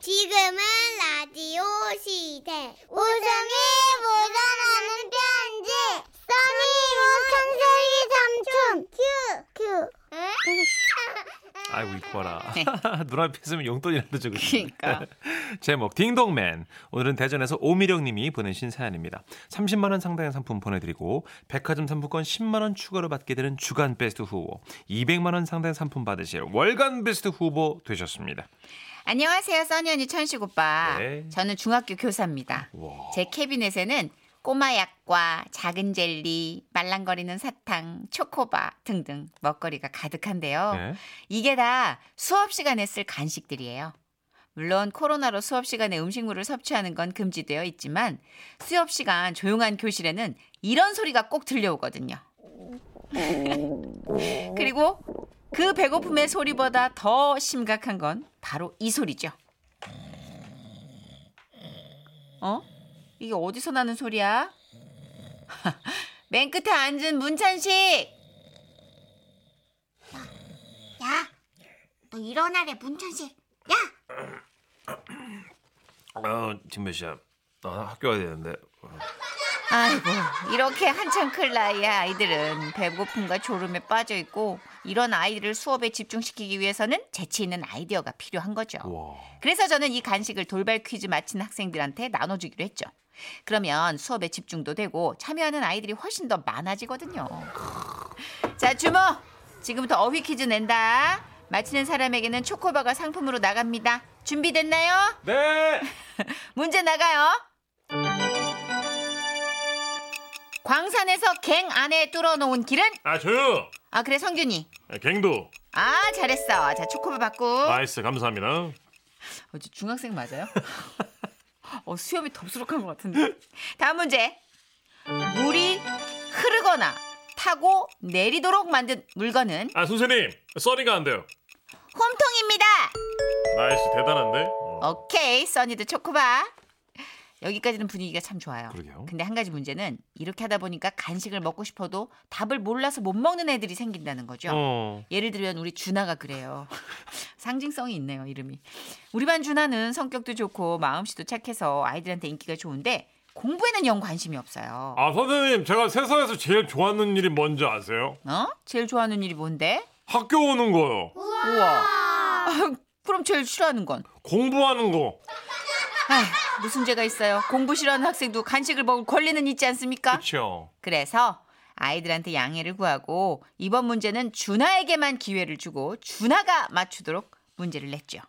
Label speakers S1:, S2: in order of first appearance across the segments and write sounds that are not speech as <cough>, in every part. S1: 지금은 라디오 시대. 웃음이 묻어나는 편지. 써니 우천세기 삼촌. 큐. 큐.
S2: 아이고 이뻐라. <laughs> 눈앞에 있으면 용돈이라도 주고 싶네.
S3: 네. 그러니까.
S2: <laughs> 제목 딩동맨. 오늘은 대전에서 오미령 님이 보내신 사연입니다. 30만 원 상당의 상품 보내드리고 백화점 상품권 10만 원 추가로 받게 되는 주간 베스트 후보 200만 원 상당의 상품 받으실 월간 베스트 후보 되셨습니다.
S3: 안녕하세요, 써니 언니 천식 오빠.
S2: 네.
S3: 저는 중학교 교사입니다.
S2: 와.
S3: 제 캐비넷에는 꼬마 약과 작은 젤리, 말랑거리는 사탕, 초코바 등등 먹거리가 가득한데요.
S2: 네.
S3: 이게 다 수업 시간에 쓸 간식들이에요. 물론 코로나로 수업 시간에 음식물을 섭취하는 건 금지되어 있지만 수업 시간 조용한 교실에는 이런 소리가 꼭 들려오거든요. 그리고 그 배고픔의 소리보다 더 심각한 건 바로 이 소리죠. 어? 이게 어디서 나는 소리야? <laughs> 맨 끝에 앉은
S1: <laughs>
S3: 문찬식!
S1: 야, 너 일어나래 문천식. 야,
S2: 어, 지금 몇 시야? 아, 학교 가야 되는데.
S3: 아이고 이렇게 한참 클 나이에 아이들은 배고픔과 졸음에 빠져 있고 이런 아이들을 수업에 집중시키기 위해서는 재치 있는 아이디어가 필요한 거죠.
S2: 와.
S3: 그래서 저는 이 간식을 돌발 퀴즈 마친 학생들한테 나눠주기로 했죠. 그러면 수업에 집중도 되고 참여하는 아이들이 훨씬 더 많아지거든요. 자 주모 지금부터 어휘 퀴즈 낸다. 맞히는 사람에게는 초코바가 상품으로 나갑니다. 준비됐나요?
S2: 네.
S3: 문제 나가요. 광산에서 갱 안에 뚫어놓은 길은
S2: 아, 저요.
S3: 아 그래 성균이
S2: 갱도.
S3: 아 잘했어 자 초코바 받고
S2: 나이스. 감사합니다.
S3: 어제 중학생 맞아요? 어 수염이 덥수룩한 것 같은데 다음 문제 물이 흐르거나 타고 내리도록 만든 물건은
S2: 아, 선생님. 써니가 안 돼요.
S3: 홈통입니다
S2: 나이스. 대단한데?
S4: 어.
S3: 오케이 써니드 초코바 여기까지는 분위기가 참 좋아요.
S2: 그러게요.
S3: 근데 한 가지 문제는 이렇게 하다 보니까 간식을 먹고 싶어도 답을 몰라서 못 먹는 애들이 생긴다는 거죠.
S2: 어.
S3: 예를 들면 우리 준아가 그래요. <laughs> 상징성이 있네요, 이름이. 우리 반 준아는 성격도 좋고 마음씨도 착해서 아이들한테 인기가 좋은데 공부에는 영 관심이 없어요.
S4: 아 선생님 제가 세상에서 제일 좋아하는 일이 뭔지 아세요?
S3: 어? 제일 좋아하는 일이 뭔데?
S4: 학교 오는 거요
S3: 우와. <laughs> 그럼 제일 싫어하는 건?
S4: 공부하는 거
S3: 아휴, 무슨 죄가 있어요. 공부 싫어하는 학생도 간식을 먹을 권리는 있지 않습니까?
S2: 그렇죠.
S3: 그래서 아이들한테 양해를 구하고 이번 문제는 준아에게만 기회를 주고 준아가 맞추도록 문제를 냈죠.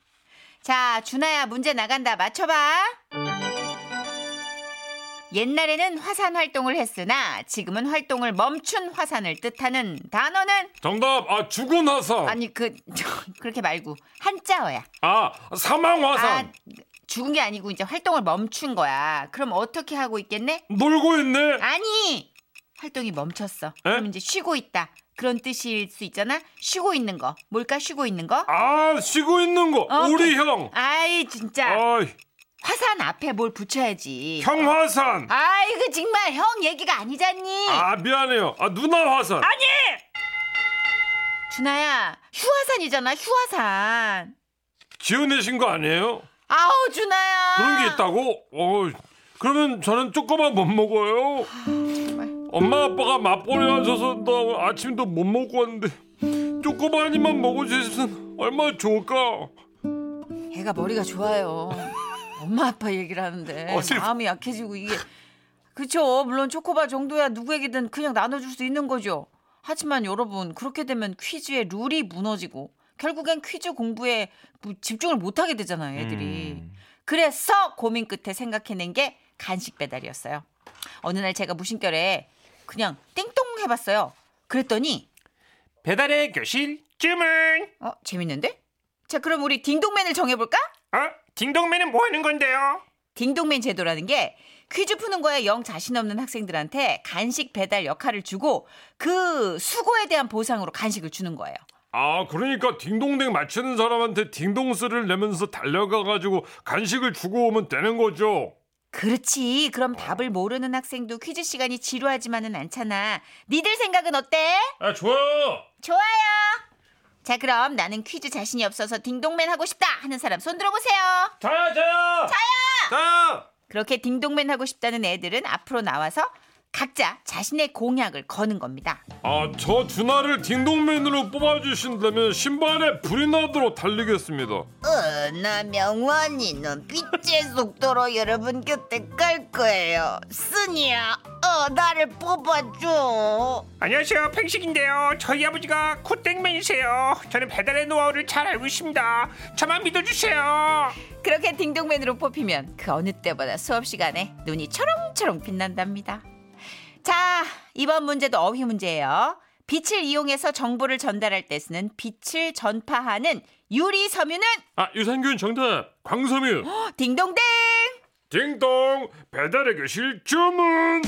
S3: 자, 준아야 문제 나간다. 맞춰봐. 옛날에는 화산 활동을 했으나 지금은 활동을 멈춘 화산을 뜻하는 단어는
S4: 정답 아 죽은 화산
S3: 아니 그 <laughs> 그렇게 말고 한자어야.
S4: 아 사망 화산
S3: 아 죽은 게 아니고 이제 활동을 멈춘 거야. 그럼 어떻게 하고 있겠네?
S4: 놀고 있네
S3: 아니 활동이 멈췄어. 그럼 이제 쉬고 있다. 그런 뜻일 수 있잖아. 쉬고 있는 거 뭘까? 쉬고 있는 거.
S4: 아 쉬고 있는 거
S3: 어,
S4: 우리
S3: 오케이.
S4: 형
S3: 아이 진짜
S4: 아이
S3: 화산 앞에 뭘 붙여야지.
S4: 어. 형화산
S3: 아이고 정말 형 얘기가 아니잖니.
S4: 아 미안해요 아 누나 화산
S3: 준아야 휴화산이잖아 휴화산.
S4: 지어내신 거 아니에요?
S3: 아우 준아야.
S4: 그런 게 있다고? 어 그러면 저는 조금만 못 먹어요
S3: 정말.
S4: 엄마 아빠가 맞벌이 하셔서 나 아침도 못 먹고 왔는데 조그마니만 먹어주셨으면 얼마나 좋을까
S3: 애가 머리가 좋아요. 엄마 아빠 얘기를 하는데
S2: 어슬-
S3: 마음이 약해지고 이게 그쵸 물론 초코바 정도야 누구에게든 그냥 나눠줄 수 있는 거죠. 하지만 여러분 그렇게 되면 퀴즈의 룰이 무너지고 결국엔 퀴즈 공부에 뭐 집중을 못하게 되잖아요 애들이.
S2: 음.
S3: 그래서 고민 끝에 생각해낸 게 간식 배달이었어요. 어느 날 제가 무심결에 그냥 띵동 해봤어요. 그랬더니
S4: 배달의 교실 주문.
S3: 어 재밌는데? 자 그럼 우리 딩동맨을 정해볼까?
S4: 아, 딩동맨은 뭐 하는 건데요?
S3: 딩동맨 제도라는 게 퀴즈 푸는 거에 영 자신 없는 학생들한테 간식 배달 역할을 주고 그 수고에 대한 보상으로 간식을 주는 거예요.
S4: 아, 그러니까 딩동댕 맞추는 사람한테 딩동스를 내면서 달려가 가지고 간식을 주고 오면 되는 거죠.
S3: 그렇지. 그럼 답을 모르는 학생도 퀴즈 시간이 지루하지만은 않잖아. 니들 생각은 어때?
S4: 아, 좋아요.
S3: 좋아요. 자, 그럼 나는 퀴즈 자신이 없어서 딩동맨 하고 싶다 하는 사람 손 들어보세요.
S4: 자야 자야 자야 자야
S3: 그렇게 딩동맨 하고 싶다는 애들은 앞으로 나와서 각자 자신의 공약을 거는 겁니다.
S4: 아저 준하를 딩동맨으로 뽑아주신다면 신발에 불이 나도록 달리겠습니다
S5: 어, 나 명환이는 빛의 속도로 여러분 곁에 갈 거예요. 쓰니야, 어, 나를 뽑아줘.
S6: 안녕하세요 팽식인데요 저희 아버지가 코땡맨이세요 저는 배달의 노하우를 잘 알고 있습니다 저만 믿어주세요
S3: 그렇게 딩동맨으로 뽑히면 그 어느 때보다 수업 시간에 눈이 초롱초롱 빛난답니다. 자, 이번 문제도 어휘 문제예요. 빛을 이용해서 정보를 전달할 때 쓰는 빛을 전파하는 유리 섬유는
S4: 아 유산균 정답 광섬유
S3: 딩동댕.
S4: 딩동 배달의 교실 주문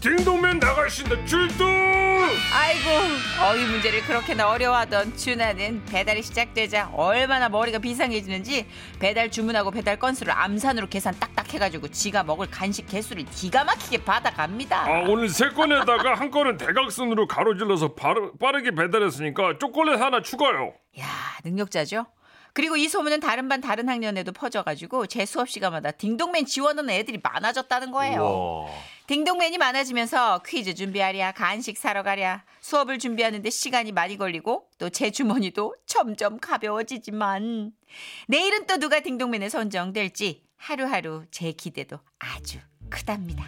S4: 딩동맨 나가신다 출동
S3: 아이고, 어휘 문제를 그렇게나 어려워하던 준하는 배달이 시작되자 얼마나 머리가 비상해지는지 배달 주문하고 배달 건수를 암산으로 계산 딱딱 해가지고 지가 먹을 간식 개수를 기가 막히게 받아갑니다.
S4: 아 오늘 세 건에다가 한 건은 대각선으로 가로질러서 바로- 빠르게 배달했으니까 초콜릿 하나 추가요.
S3: 야 능력자죠. 그리고 이 소문은 다른 반 다른 학년에도 퍼져가지고 제 수업 시간마다 딩동맨 지원하는 애들이 많아졌다는 거예요.
S2: 우와.
S3: 어. 딩동맨이 많아지면서 퀴즈 준비하랴, 간식 사러 가랴, 수업을 준비하는데 시간이 많이 걸리고 또 제 주머니도 점점 가벼워지지만 내일은 또 누가 딩동맨에 선정될지 하루하루 제 기대도 아주 크답니다.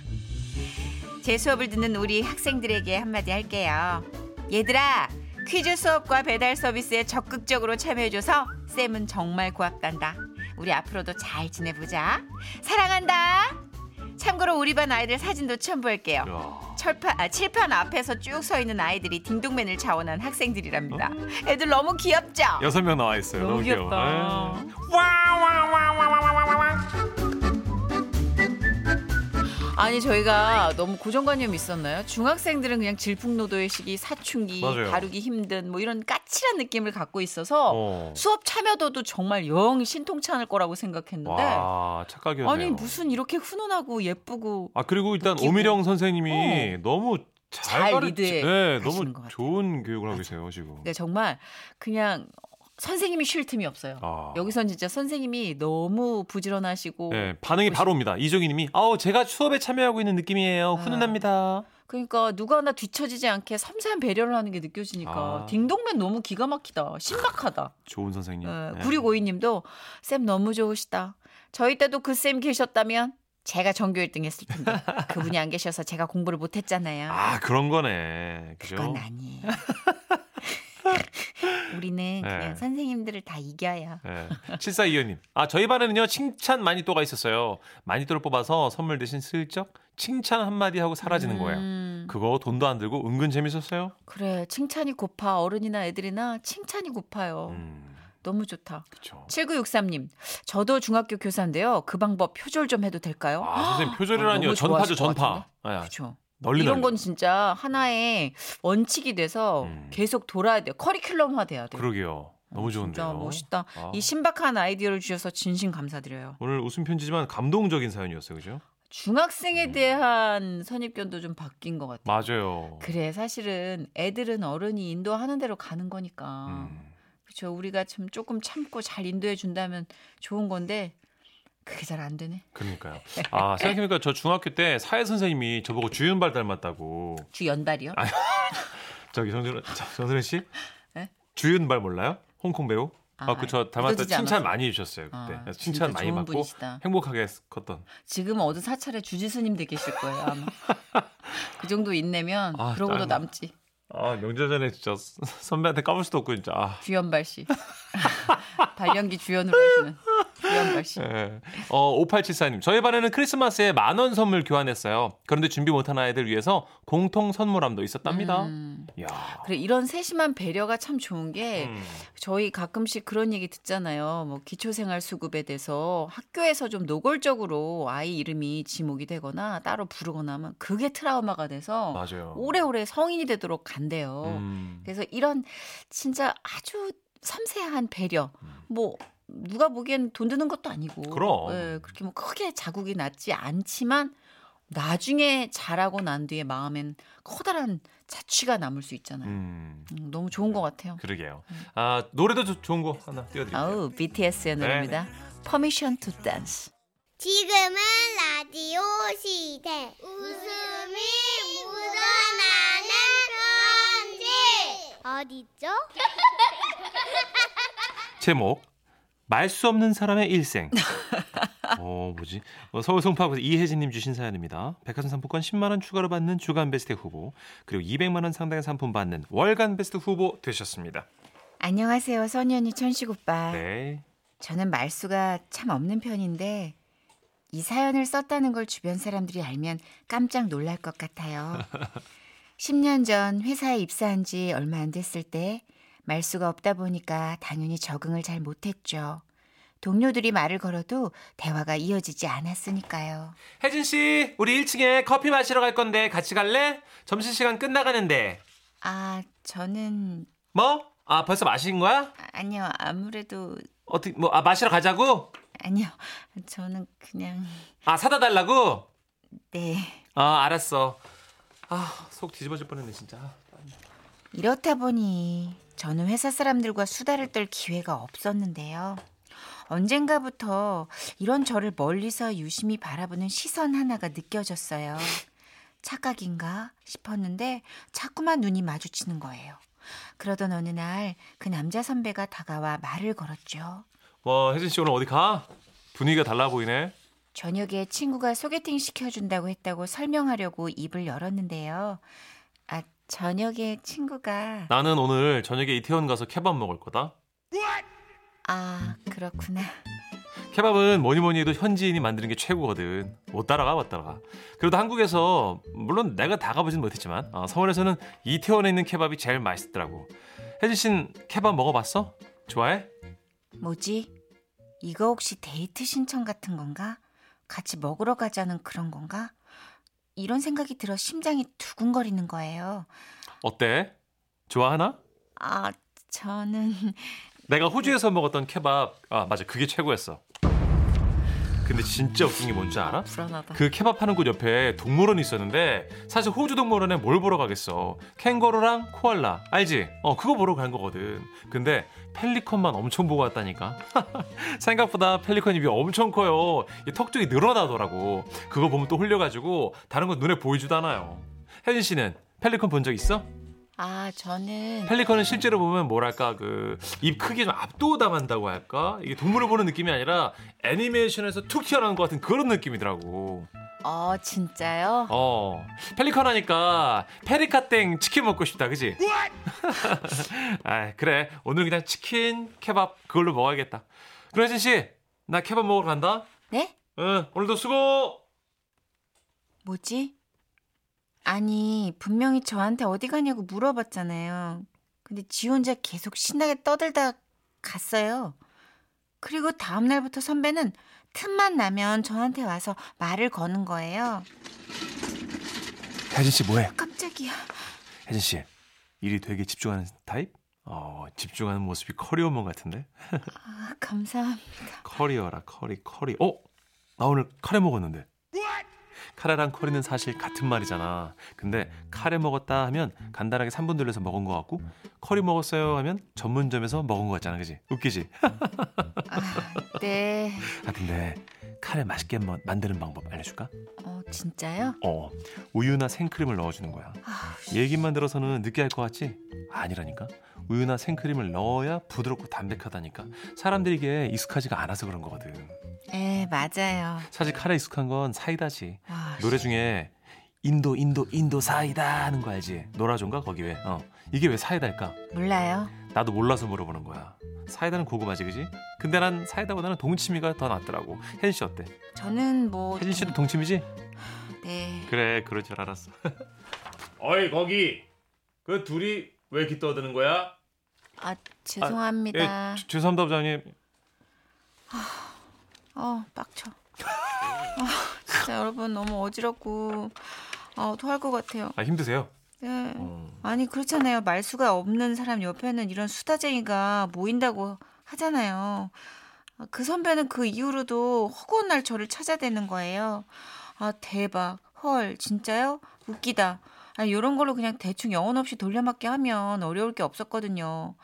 S3: 제 수업을 듣는 우리 학생들에게 한마디 할게요. 얘들아, 퀴즈 수업과 배달 서비스에 적극적으로 참여해줘서 쌤은 정말 고맙단다. 우리 앞으로도 잘 지내보자. 사랑한다. 참고로 우리 반 아이들 사진도 첨부할게요.
S2: 야.
S3: 철판, 아, 칠판 앞에서 쭉 서 있는 아이들이 딩동맨을 자원한 학생들이랍니다. 애들 너무 귀엽죠?
S2: 여섯 명 나와 있어요. 너무, 귀여워.
S3: 아.
S2: 네.
S3: 아니 저희가 너무 고정관념이 있었나요? 중학생들은 그냥 질풍노도의 시기, 사춘기,
S2: 맞아요.
S3: 다루기 힘든 뭐 이런 까칠한 느낌을 갖고 있어서
S2: 어.
S3: 수업 참여도도 정말 영 신통치 않을 거라고 생각했는데
S2: 와 착각이었네요.
S3: 아니 무슨 이렇게 훈훈하고 예쁘고
S2: 아 그리고 일단
S3: 웃기고.
S2: 오미령 선생님이 너무 잘,
S3: 어. 잘
S2: 가르치-
S3: 리드해
S2: 네,
S3: 가시는
S2: 너무
S3: 것 같아요.
S2: 좋은 교육을 하고 계세요 지금.
S3: 네, 정말 그냥 선생님이 쉴 틈이 없어요.
S2: 아.
S3: 여기선 진짜 선생님이 너무 부지런하시고
S2: 네, 반응이 바로 옵니다. 이종희님이 아우 제가 수업에 참여하고 있는
S3: 아.
S2: 느낌이에요. 훈훈합니다.
S3: 그러니까 누가 하나 뒤처지지 않게 섬세한 배려를 하는 게 느껴지니까
S2: 아.
S3: 딩동맨 너무 기가 막히다.
S2: <laughs>
S3: 신박하다.
S2: 좋은 선생님. 네.
S3: 9652님도 쌤 너무 좋으시다. 저희 때도 그 쌤 계셨다면 제가 전교 1등
S2: <laughs>
S3: 했을 텐데 그분이 안 계셔서 제가 공부를 못 했잖아요.
S2: 아 그런 거네. 그죠?
S3: 그건 아니에요.
S2: <laughs>
S3: 우리는 그냥
S2: 네.
S3: 선생님들을 다 이겨요.
S2: 네. 7425님. 아, 저희 반에는요, 칭찬 마니또가 있었어요. 마니또를 뽑아서 선물 대신 슬쩍 칭찬 한마디 하고 사라지는 거예요.
S3: 음,
S2: 그거 돈도 안 들고 은근 재밌었어요.
S3: 그래 칭찬이 고파 어른이나 애들이나 칭찬이 고파요.
S2: 음,
S3: 너무 좋다.
S2: 그쵸.
S3: 7963님, 저도 중학교 교사인데요. 그 방법 표절 좀 해도 될까요?
S2: 아, 선생님 표절이라니요.
S3: 너무
S2: 전파죠,
S3: 좋아하실 것
S2: 전파.
S3: 같은데?
S2: 예,
S3: 그렇죠.
S2: 널리
S3: 이런
S2: 널리.
S3: 건 진짜 하나의 원칙이 돼서
S2: 음.
S3: 계속 돌아야 돼요. 커리큘럼화 돼야 돼요.
S2: 그러게요. 너무 좋은데요.
S3: 진짜 멋있다.
S2: 아.
S3: 이 신박한 아이디어를 주셔서 진심 감사드려요.
S2: 오늘 웃음 편지지만 감동적인 사연이었어요, 그죠?
S3: 중학생에 대한 선입견도 좀 바뀐 것 같아요.
S2: 음. 맞아요.
S3: 그래 사실은 애들은 어른이 인도하는 대로 가는 거니까
S2: 음.
S3: 그렇죠. 우리가 좀 조금 참고 잘 인도해 준다면 좋은 건데 그게 잘 안 되네.
S2: 그러니까요. 아, 생각해보니까 저 중학교 때 사회 선생님이 저보고 주윤발 닮았다고.
S3: 주 연발이요?
S2: 저기 정준호, 정준호 씨?
S3: 네?
S2: 주윤발 몰라요? 홍콩 배우? 아,
S3: 아,
S2: 그저 닮았다
S3: 늦어지지
S2: 칭찬
S3: 않아서.
S2: 많이 주셨어요 그때.
S3: 아,
S2: 네, 그래서
S3: 진짜
S2: 칭찬 많이
S3: 좋은
S2: 받고
S3: 분이시다.
S2: 행복하게 컸던.
S3: 지금 어느 사찰에 주지스님 되 계실 거예요
S2: <laughs>
S3: 아마. 그 정도 인내면
S2: 아,
S3: 그러고도
S2: 짱이다.
S3: 남지.
S2: 아 명절전에 진짜 스- 선배한테 까볼 수도 없고 진짜. 아.
S3: 주연발 씨. <laughs> 발연기 주연으로 하시는 주연발 씨.
S2: 예. 어 5874님 저희 반에는 크리스마스에 만 원 선물 교환했어요. 그런데 준비 못한 아이들 위해서 공통 선물함도 있었답니다.
S3: 음,
S2: 야.
S3: 그래 이런 세심한 배려가 참 좋은 게
S2: 음.
S3: 저희 가끔씩 그런 얘기 듣잖아요. 뭐 기초생활 수급에 대해서 학교에서 좀 노골적으로 아이 이름이 지목이 되거나 따로 부르거나 하면 그게 트라우마가 돼서
S2: 맞아요.
S3: 어, 오래오래 성인이 되도록 간대요.
S2: 음.
S3: 그래서 이런 진짜 아주 섬세한 배려 뭐 누가 보기엔 돈 드는 것도 아니고
S2: 음. 그럼.
S3: 예, 그렇게 뭐 크게 자국이 났지 않지만 나중에 잘하고 난 뒤에 마음엔 커다란 자취가 남을 수 있잖아요.
S2: 음,
S3: 음, 너무 좋은 것 같아요.
S2: 그러게요. 아, 노래도 좋- 좋은 거 하나 띄워드릴게요.
S3: 음. 아우 BTS의 노래입니다.
S2: 네.
S3: Permission to Dance.
S1: 지금은 라디오 시대. 웃음이 묻어나는 편지. 어디죠?
S2: 제목 말 수 없는 사람의
S3: <laughs>
S2: 일생. 어 뭐지? 어, 서울 송파구에서 이혜진님 주신 사연입니다. 백화점 상품권 10만 원 추가로 받는 주간 베스트 후보 그리고 200만 원 상당의 상품 받는 월간 베스트 후보 되셨습니다.
S3: 안녕하세요 선현이 천식 오빠.
S2: 네.
S3: 저는 말수가 참 없는 편인데 이 사연을 썼다는 걸 주변 사람들이 알면 깜짝 놀랄 것 같아요. 10년 전 회사에 입사한 지 얼마 안 됐을 때 말수가 없다 보니까 당연히 적응을 잘 못했죠. 동료들이 말을 걸어도 대화가 이어지지 않았으니까요.
S2: 혜진 씨, 우리 1층에 커피 마시러 갈 건데 같이 갈래? 점심 시간 끝나가는데.
S3: 아, 저는
S2: 뭐? 아 벌써 마신 거야?
S3: 아니요. 아무래도
S2: 어떻게 뭐 아 마시러 가자고?
S3: 아니요. 저는 그냥
S2: 아 사다 달라고?
S3: 네.
S2: 아 알았어. 아 속 뒤집어질 뻔했네 진짜.
S3: 이렇다 보니 저는 회사 사람들과 수다를 떨 기회가 없었는데요. 언젠가부터 이런 저를 멀리서 유심히 바라보는 시선 하나가 느껴졌어요. 착각인가 싶었는데 자꾸만 눈이 마주치는 거예요. 그러던 어느 날 그 남자 선배가 다가와 말을 걸었죠.
S2: 와 뭐, 혜진 씨 오늘 어디 가? 분위기가 달라 보이네.
S3: 저녁에 친구가 소개팅 시켜준다고 했다고 설명하려고 입을 열었는데요. 아, 저녁에 친구가
S2: 나는 오늘 저녁에 이태원 가서 케밥 먹을 거다.
S3: 아, 그렇구나.
S2: 케밥은 뭐니 뭐니 해도 현지인이 만드는 게 최고거든. 못 따라가 못 따라가. 그래도 한국에서 물론 내가 다 가보진 못했지만 어, 서울에서는 이태원에 있는 케밥이 제일 맛있더라고. 혜진 씨는 케밥 먹어봤어? 좋아해?
S3: 뭐지? 이거 혹시 데이트 신청 같은 건가? 같이 먹으러 가자는 그런 건가? 이런 생각이 들어 심장이 두근거리는 거예요.
S2: 어때? 좋아하나?
S3: 아, 저는 <laughs>
S2: 내가 호주에서 먹었던 케밥 아 맞아 그게 최고였어. 근데 진짜 웃긴 게 뭔지 알아?
S3: 불안하다.
S2: 그 케밥 하는 곳 옆에 동물원이 있었는데 사실 호주 동물원에 뭘 보러 가겠어 캥거루랑 코알라 알지 어 그거 보러 간 거거든 근데 펠리컨만 엄청 보고 왔다니까 <laughs> 생각보다 펠리컨 입이 엄청 커요 이 턱쪽이 늘어나더라고 그거 보면 또 홀려가지고 다른 건 눈에 보이지도 않아요 혜진 씨는 펠리컨 본 적 있어?
S3: 아, 저는
S2: 펠리컨은 실제로 보면 뭐랄까 그 입 크기에 좀 압도당한다고 할까 이게 동물을 보는 느낌이 아니라 애니메이션에서 툭 튀어나온 것 같은 그런 느낌이더라고
S3: 어, 진짜요?
S2: 어 펠리컨 하니까 페리카땡 치킨 먹고 싶다 그지? <laughs> 아 그래 오늘 그냥 치킨 케밥 그걸로 먹어야겠다 그래진 씨나 케밥 먹으러 간다
S3: 네?
S2: 응 오늘도 수고
S3: 뭐지? 아니, 분명히 저한테 어디 가냐고 물어봤잖아요. 근데 지 혼자 계속 신나게 떠들다 갔어요. 그리고 다음날부터 선배는 틈만 나면 저한테 와서 말을 거는 거예요.
S2: 혜진 씨 뭐해?
S3: 깜짝이야.
S2: 혜진 씨 일이 되게 집중하는 타입? 어 집중하는 모습이 커리어몬 같은데
S3: 아, 감사합니다.
S2: 커리어라 커리 커리 어? 나 오늘 카레 먹었는데 카레랑 커리는 사실 같은 말이잖아 근데 카레 먹었다 하면 간단하게 3분 돌려서 먹은 거 같고 커리 먹었어요 하면 전문점에서 먹은 거 같잖아 그지 웃기지?
S3: 아, 네.
S2: 아 근데 카레 맛있게 마- 만드는 방법 알려줄까?
S3: 어, 진짜요?
S2: 어 우유나 생크림을 넣어주는 거야
S3: 아,
S2: 얘기만 들어서는 느끼할 것 같지? 아니라니까. 우유나 생크림을 넣어야 부드럽고 담백하다니까. 사람들이 이게 익숙하지가 않아서 그런 거거든.
S3: 예, 맞아요. 아,
S2: 사실 카레 익숙한 건 사이다지.
S3: 와,
S2: 노래 중에 인도 인도 인도 사이다 하는 거 알지? 노라조인가 거기 왜? 어 이게 왜 사이다일까?
S3: 몰라요.
S2: 나도 몰라서 물어보는 거야. 사이다는 고구마지 그지? 근데 난 사이다보다는 동치미가 더 낫더라고. 혜진 씨 어때?
S3: 저는 뭐
S2: 혜진 씨도 동치미지?
S3: 네.
S2: 그래 그럴 줄 알았어. 예, 어이 거기 그 둘이 왜 이렇게 떠드는 거야?
S3: 아, 죄송합니다.
S2: 예, 죄- 죄송합니다 부장님.
S3: 어, 빡쳐. 아, 진짜 여러분 너무 어지럽고 아, 토할 것 같아요.
S2: 아 힘드세요?
S3: 네.
S2: 어.
S3: 아니 그렇잖아요. 말수가 없는 사람 옆에는 이런 수다쟁이가 모인다고 하잖아요. 아, 그 선배는 그 이후로도 허구한 날 저를 찾아대는 거예요. 아 대박. 헐, 진짜요? 웃기다. 아, 이런 걸로 그냥 대충 영혼 없이 돌려막기 하면 어려울 게 없었거든요.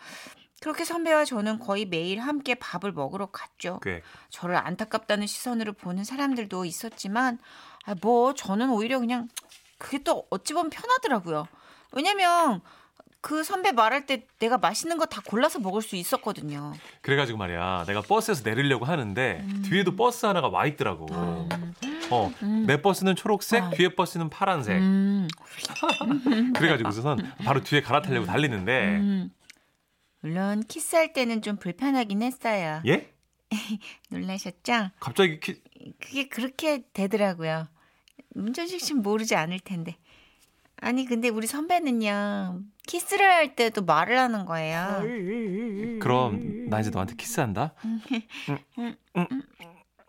S3: 그렇게 선배와 저는 거의 매일 함께 밥을 먹으러 갔죠.
S2: 꽤
S3: 저를 안타깝다는 시선으로 보는 사람들도 있었지만 아, 뭐 저는 오히려 그냥 그게 또 어찌 보면 편하더라고요. 왜냐면 그 선배 말할 때 내가 맛있는 거 다 골라서 먹을 수 있었거든요.
S2: 그래가지고 말이야 내가 버스에서 내리려고 하는데
S3: 음.
S2: 뒤에도 버스 하나가 와 있더라고
S3: 아,
S2: 어, 내 버스는 초록색 뒤에 버스는 파란색
S3: 네. 음,
S2: 그래가지고서는 바로 뒤에 갈아타려고 달리는데
S3: 음. 물론 키스할 때는 좀 불편하긴 했어요.
S2: 예?
S3: 놀라셨죠?
S2: 갑자기 키...
S3: 그게 그렇게 되더라고요. 문전식 씨는 모르지 않을 텐데. 아니 근데 우리 선배는요 키스를 할 때도 말을 하는 거예요. 음.
S2: 그럼 나 이제 너한테 키스한다 음, 음,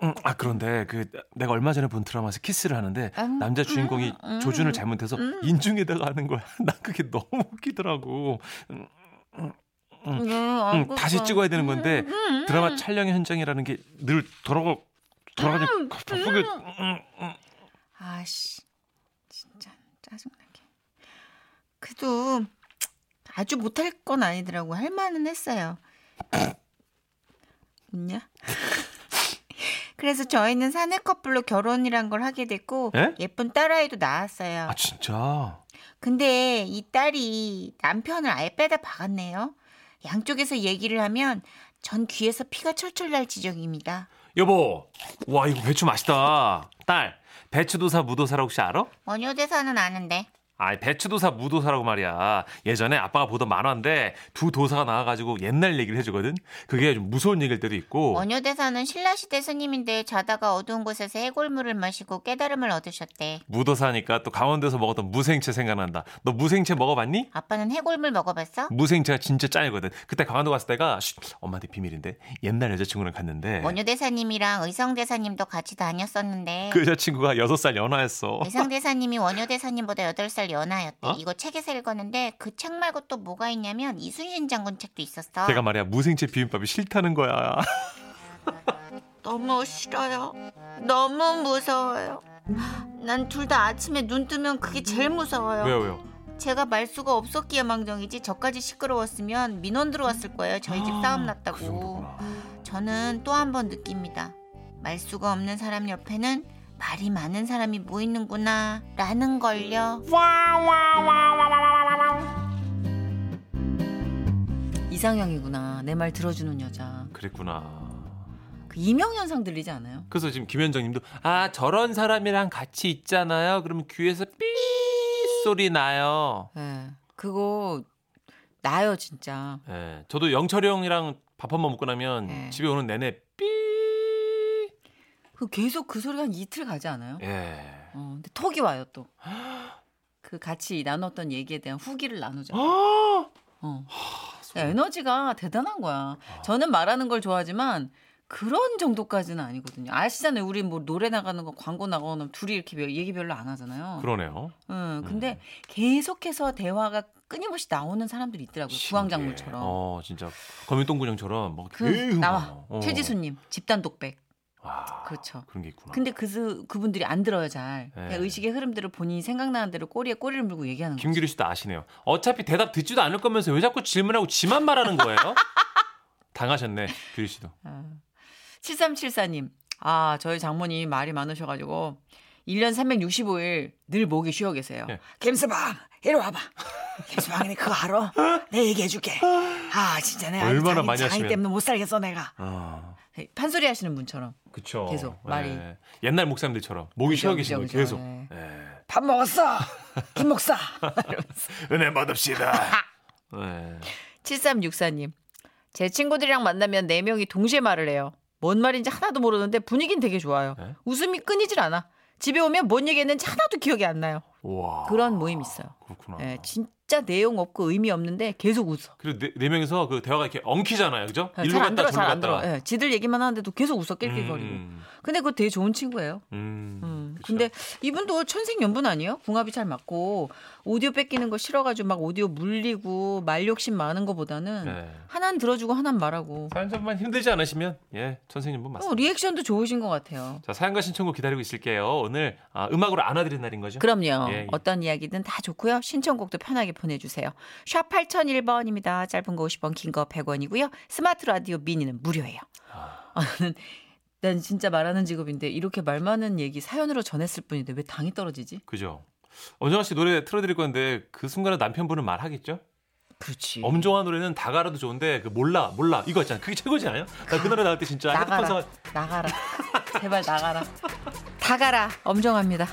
S2: 음. 아 그런데 그 내가 얼마 전에 본 드라마에서 키스를 하는데
S3: 음,
S2: 남자 주인공이
S3: 음, 음.
S2: 조준을 잘못해서 인중에다가 하는 거야 <laughs> 난 그게 너무 웃기더라고 음,
S3: 음,
S2: 음, 다시 찍어야 되는 건데 드라마 촬영 현장이라는 게 늘 돌아가 돌아가지 바쁘게 음, 음.
S3: 아씨 진짜 짜증나게. 그래도 아주 못할 건 아니더라고 할 만은 했어요. 웃냐? <laughs> 그래서 저희는 사내 커플로 결혼이란 걸 하게 됐고
S2: 에?
S3: 예쁜 딸아이도 낳았어요.
S2: 아 진짜
S3: 근데 이 딸이 남편을 아예 빼다 박았네요. 양쪽에서 얘기를 하면 전 귀에서 피가 철철 날 지경입니다.
S2: 여보 와 이거 배추 맛있다 딸 배추도사 무도사라 혹시 알아?
S3: 원효대사는 아는데.
S2: 아 배추도사 무도사라고 말이야 예전에 아빠가 보던 만화인데 두 도사가 나와가지고 옛날 얘기를 해주거든 그게 좀 무서운 얘기일 때도 있고
S3: 원효대사는 신라시대 스님인데 자다가 어두운 곳에서 해골물을 마시고 깨달음을 얻으셨대.
S2: 무도사니까 또 강원도에서 먹었던 무생채 생각난다 너 무생채 먹어봤니?
S3: 아빠는 해골물 먹어봤어?
S2: 무생채가 진짜 짱이거든 그때 강원도 갔을 때가 쉿, 엄마한테 비밀인데 옛날 여자친구랑 갔는데
S3: 원효대사님이랑 의성대사님도 같이 다녔었는데
S2: 그 여자친구가 여섯 살 연하였어
S3: 의성대사님이 원효대사님보다 8살 연하였대.
S2: 어?
S3: 이거 책에서 읽었는데 그 책 말고 또 뭐가 있냐면 이순신 장군 책도 있었어.
S2: 제가 말이야 무생채 비빔밥이 싫다는
S3: <laughs>
S2: 거야
S3: 너무 싫어요. 너무 무서워요. 난 둘 다 아침에 눈 뜨면 그게 제일 무서워요.
S2: 왜요 왜요
S3: 제가 말수가 없었기에 망정이지 저까지 시끄러웠으면 민원 들어왔을 거예요. 저희 집 싸움 났다고.
S2: 그 정도구나
S3: 저는 또 한 번 느낍니다. 말수가 없는 사람 옆에는 말이 많은 사람이 모이는구나 라는 걸요. 이상형이구나. 내 말 들어주는 여자.
S2: 그랬구나
S3: 그 이명 현상 들리지 않아요?
S2: 그래서 지금 김현정님도 아 저런 사람이랑 같이 있잖아요. 그러면 귀에서 삐 소리 나요.
S3: 예. 그거 나요 진짜.
S2: 예, 저도 영철이 형이랑 밥 한 번 먹고 나면
S3: 네.
S2: 집에 오는 내내 삐.
S3: 그 계속 그 소리가 한 이틀 가지 않아요?
S2: 예.
S3: 어, 근데 톡이 와요 또. 그 같이 나눴던 얘기에 대한 후기를 나누죠.
S2: 아,
S3: 어. 야, 에너지가 대단한 거야.
S2: 아.
S3: 저는 말하는 걸 좋아하지만 그런 정도까지는 아니거든요. 아시잖아요. 우리 뭐 노래 나가는 거 광고 나가거나 둘이 이렇게 별- 얘기 별로 안 하잖아요.
S2: 그러네요.
S3: 응, 근데 계속해서 대화가 끊임없이 나오는 사람들이 있더라고요. 그 구황작물처럼.
S2: 어, 진짜 거미똥구녕처럼 뭐
S3: 그
S2: 계속
S3: 나와
S2: 나와. 어.
S3: 최지수님 집단 독백.
S2: 아,
S3: 그렇죠.
S2: 그런 게 있구나.
S3: 근데 그 스- 그분들이 안 들어요 잘. 그냥
S2: 네.
S3: 의식의 흐름대로 본인이 생각나는 대로 꼬리에 꼬리를 물고 얘기하는 거죠.
S2: 김규리 씨도 아시네요. 어차피 대답 듣지도 않을 거면서 왜 자꾸 질문하고 지만 말하는 거예요? 당하셨네, 규리 씨도.
S3: 7374님. 아, 저희 장모님 말이 많으셔가지고 1년 365일 늘 목이 쉬어 계세요.
S2: 예.
S7: 김서방 이리 와봐. 김서방이 그거 알아? 내가 얘기해줄게. 아 진짜 내가
S2: 얼마나
S7: 장인-
S2: 많이
S7: 장인
S2: 하시면-
S7: 때문에 못 살겠어 내가.
S2: 아,
S3: 판소리 하시는 분처럼.
S2: 그쵸.
S3: 계속
S2: 예.
S3: 말이.
S2: 옛날 목사님들처럼 목이 쉬어 계신 거예요.
S3: 그죠,
S2: 계속.
S3: 그죠, 예.
S7: 밥 먹었어. 김 목사.
S2: 은혜
S3: <laughs>
S2: 받읍시다. 네.
S3: 7364님. 제 친구들이랑 만나면 네명이 동시에 말을 해요. 뭔 말인지 하나도 모르는데 분위기는 되게 좋아요.
S2: 네?
S3: 웃음이 끊이질 않아. 집에 오면 뭔 얘기했는지 하나도 기억이 안 나요.
S2: 와.
S3: 그런 모임 있어요.
S2: 그렇구나.
S3: 예, 진짜 진짜 내용 없고 의미 없는데 계속 웃어.
S2: 그리고 네, 네 명이서 그 대화가 이렇게 엉키잖아요, 그죠? 일로
S3: 예, 잘 안
S2: 갔다
S3: 들어,
S2: 저로
S3: 잘 안 들어.
S2: 갔다.
S3: 예, 지들 얘기만 하는데도 계속 웃어 낄낄거리고.
S2: 음,
S3: 근데 그거 되게 좋은 친구예요.
S2: 음,
S3: 음,
S2: 그쵸.
S3: 근데 이분도 천생연분 아니에요? 궁합이 잘 맞고 오디오 뺏기는 거 싫어가지고 막 오디오 물리고 말 욕심 많은 거보다는
S2: 네. 하
S3: 하나 들어주고 하나 말하고
S2: 만 힘들지 않으시면 예, 선생님분 맞습니다.
S3: 어, 리액션도 좋으신 것 같아요.
S2: 자, 사연과 신청곡 기다리고 있을게요. 오늘 아, 음악으로 안아드린 날인 거죠?
S3: 그럼요.
S2: 예, 예.
S3: 어떤 이야기든 다 좋고요. 신청곡도 편하게 보내주세요. 샵 8001번입니다. 짧은 거 50원, 긴 거 100원이고요. 스마트 라디오 미니는 무료예요. 아, 난, 난 진짜 말하는 직업인데 이렇게 말 많은 얘기 사연으로 전했을 뿐인데 왜 당이 떨어지지?
S2: 그죠. 엄정아 씨 노래 틀어드릴 건데 그 순간에 남편분은 말하겠죠?
S3: 그렇지.
S2: 엄정화 노래는 다 가라도 좋은데 그 몰라 몰라 이거 있잖아 그게 최고지 않아요? 나 그 노래 나올 때 진짜
S3: 어, 나가라.
S2: 헤드폰 사
S3: 나가라. 제발 나가라. 다 가라. 엄정합니다.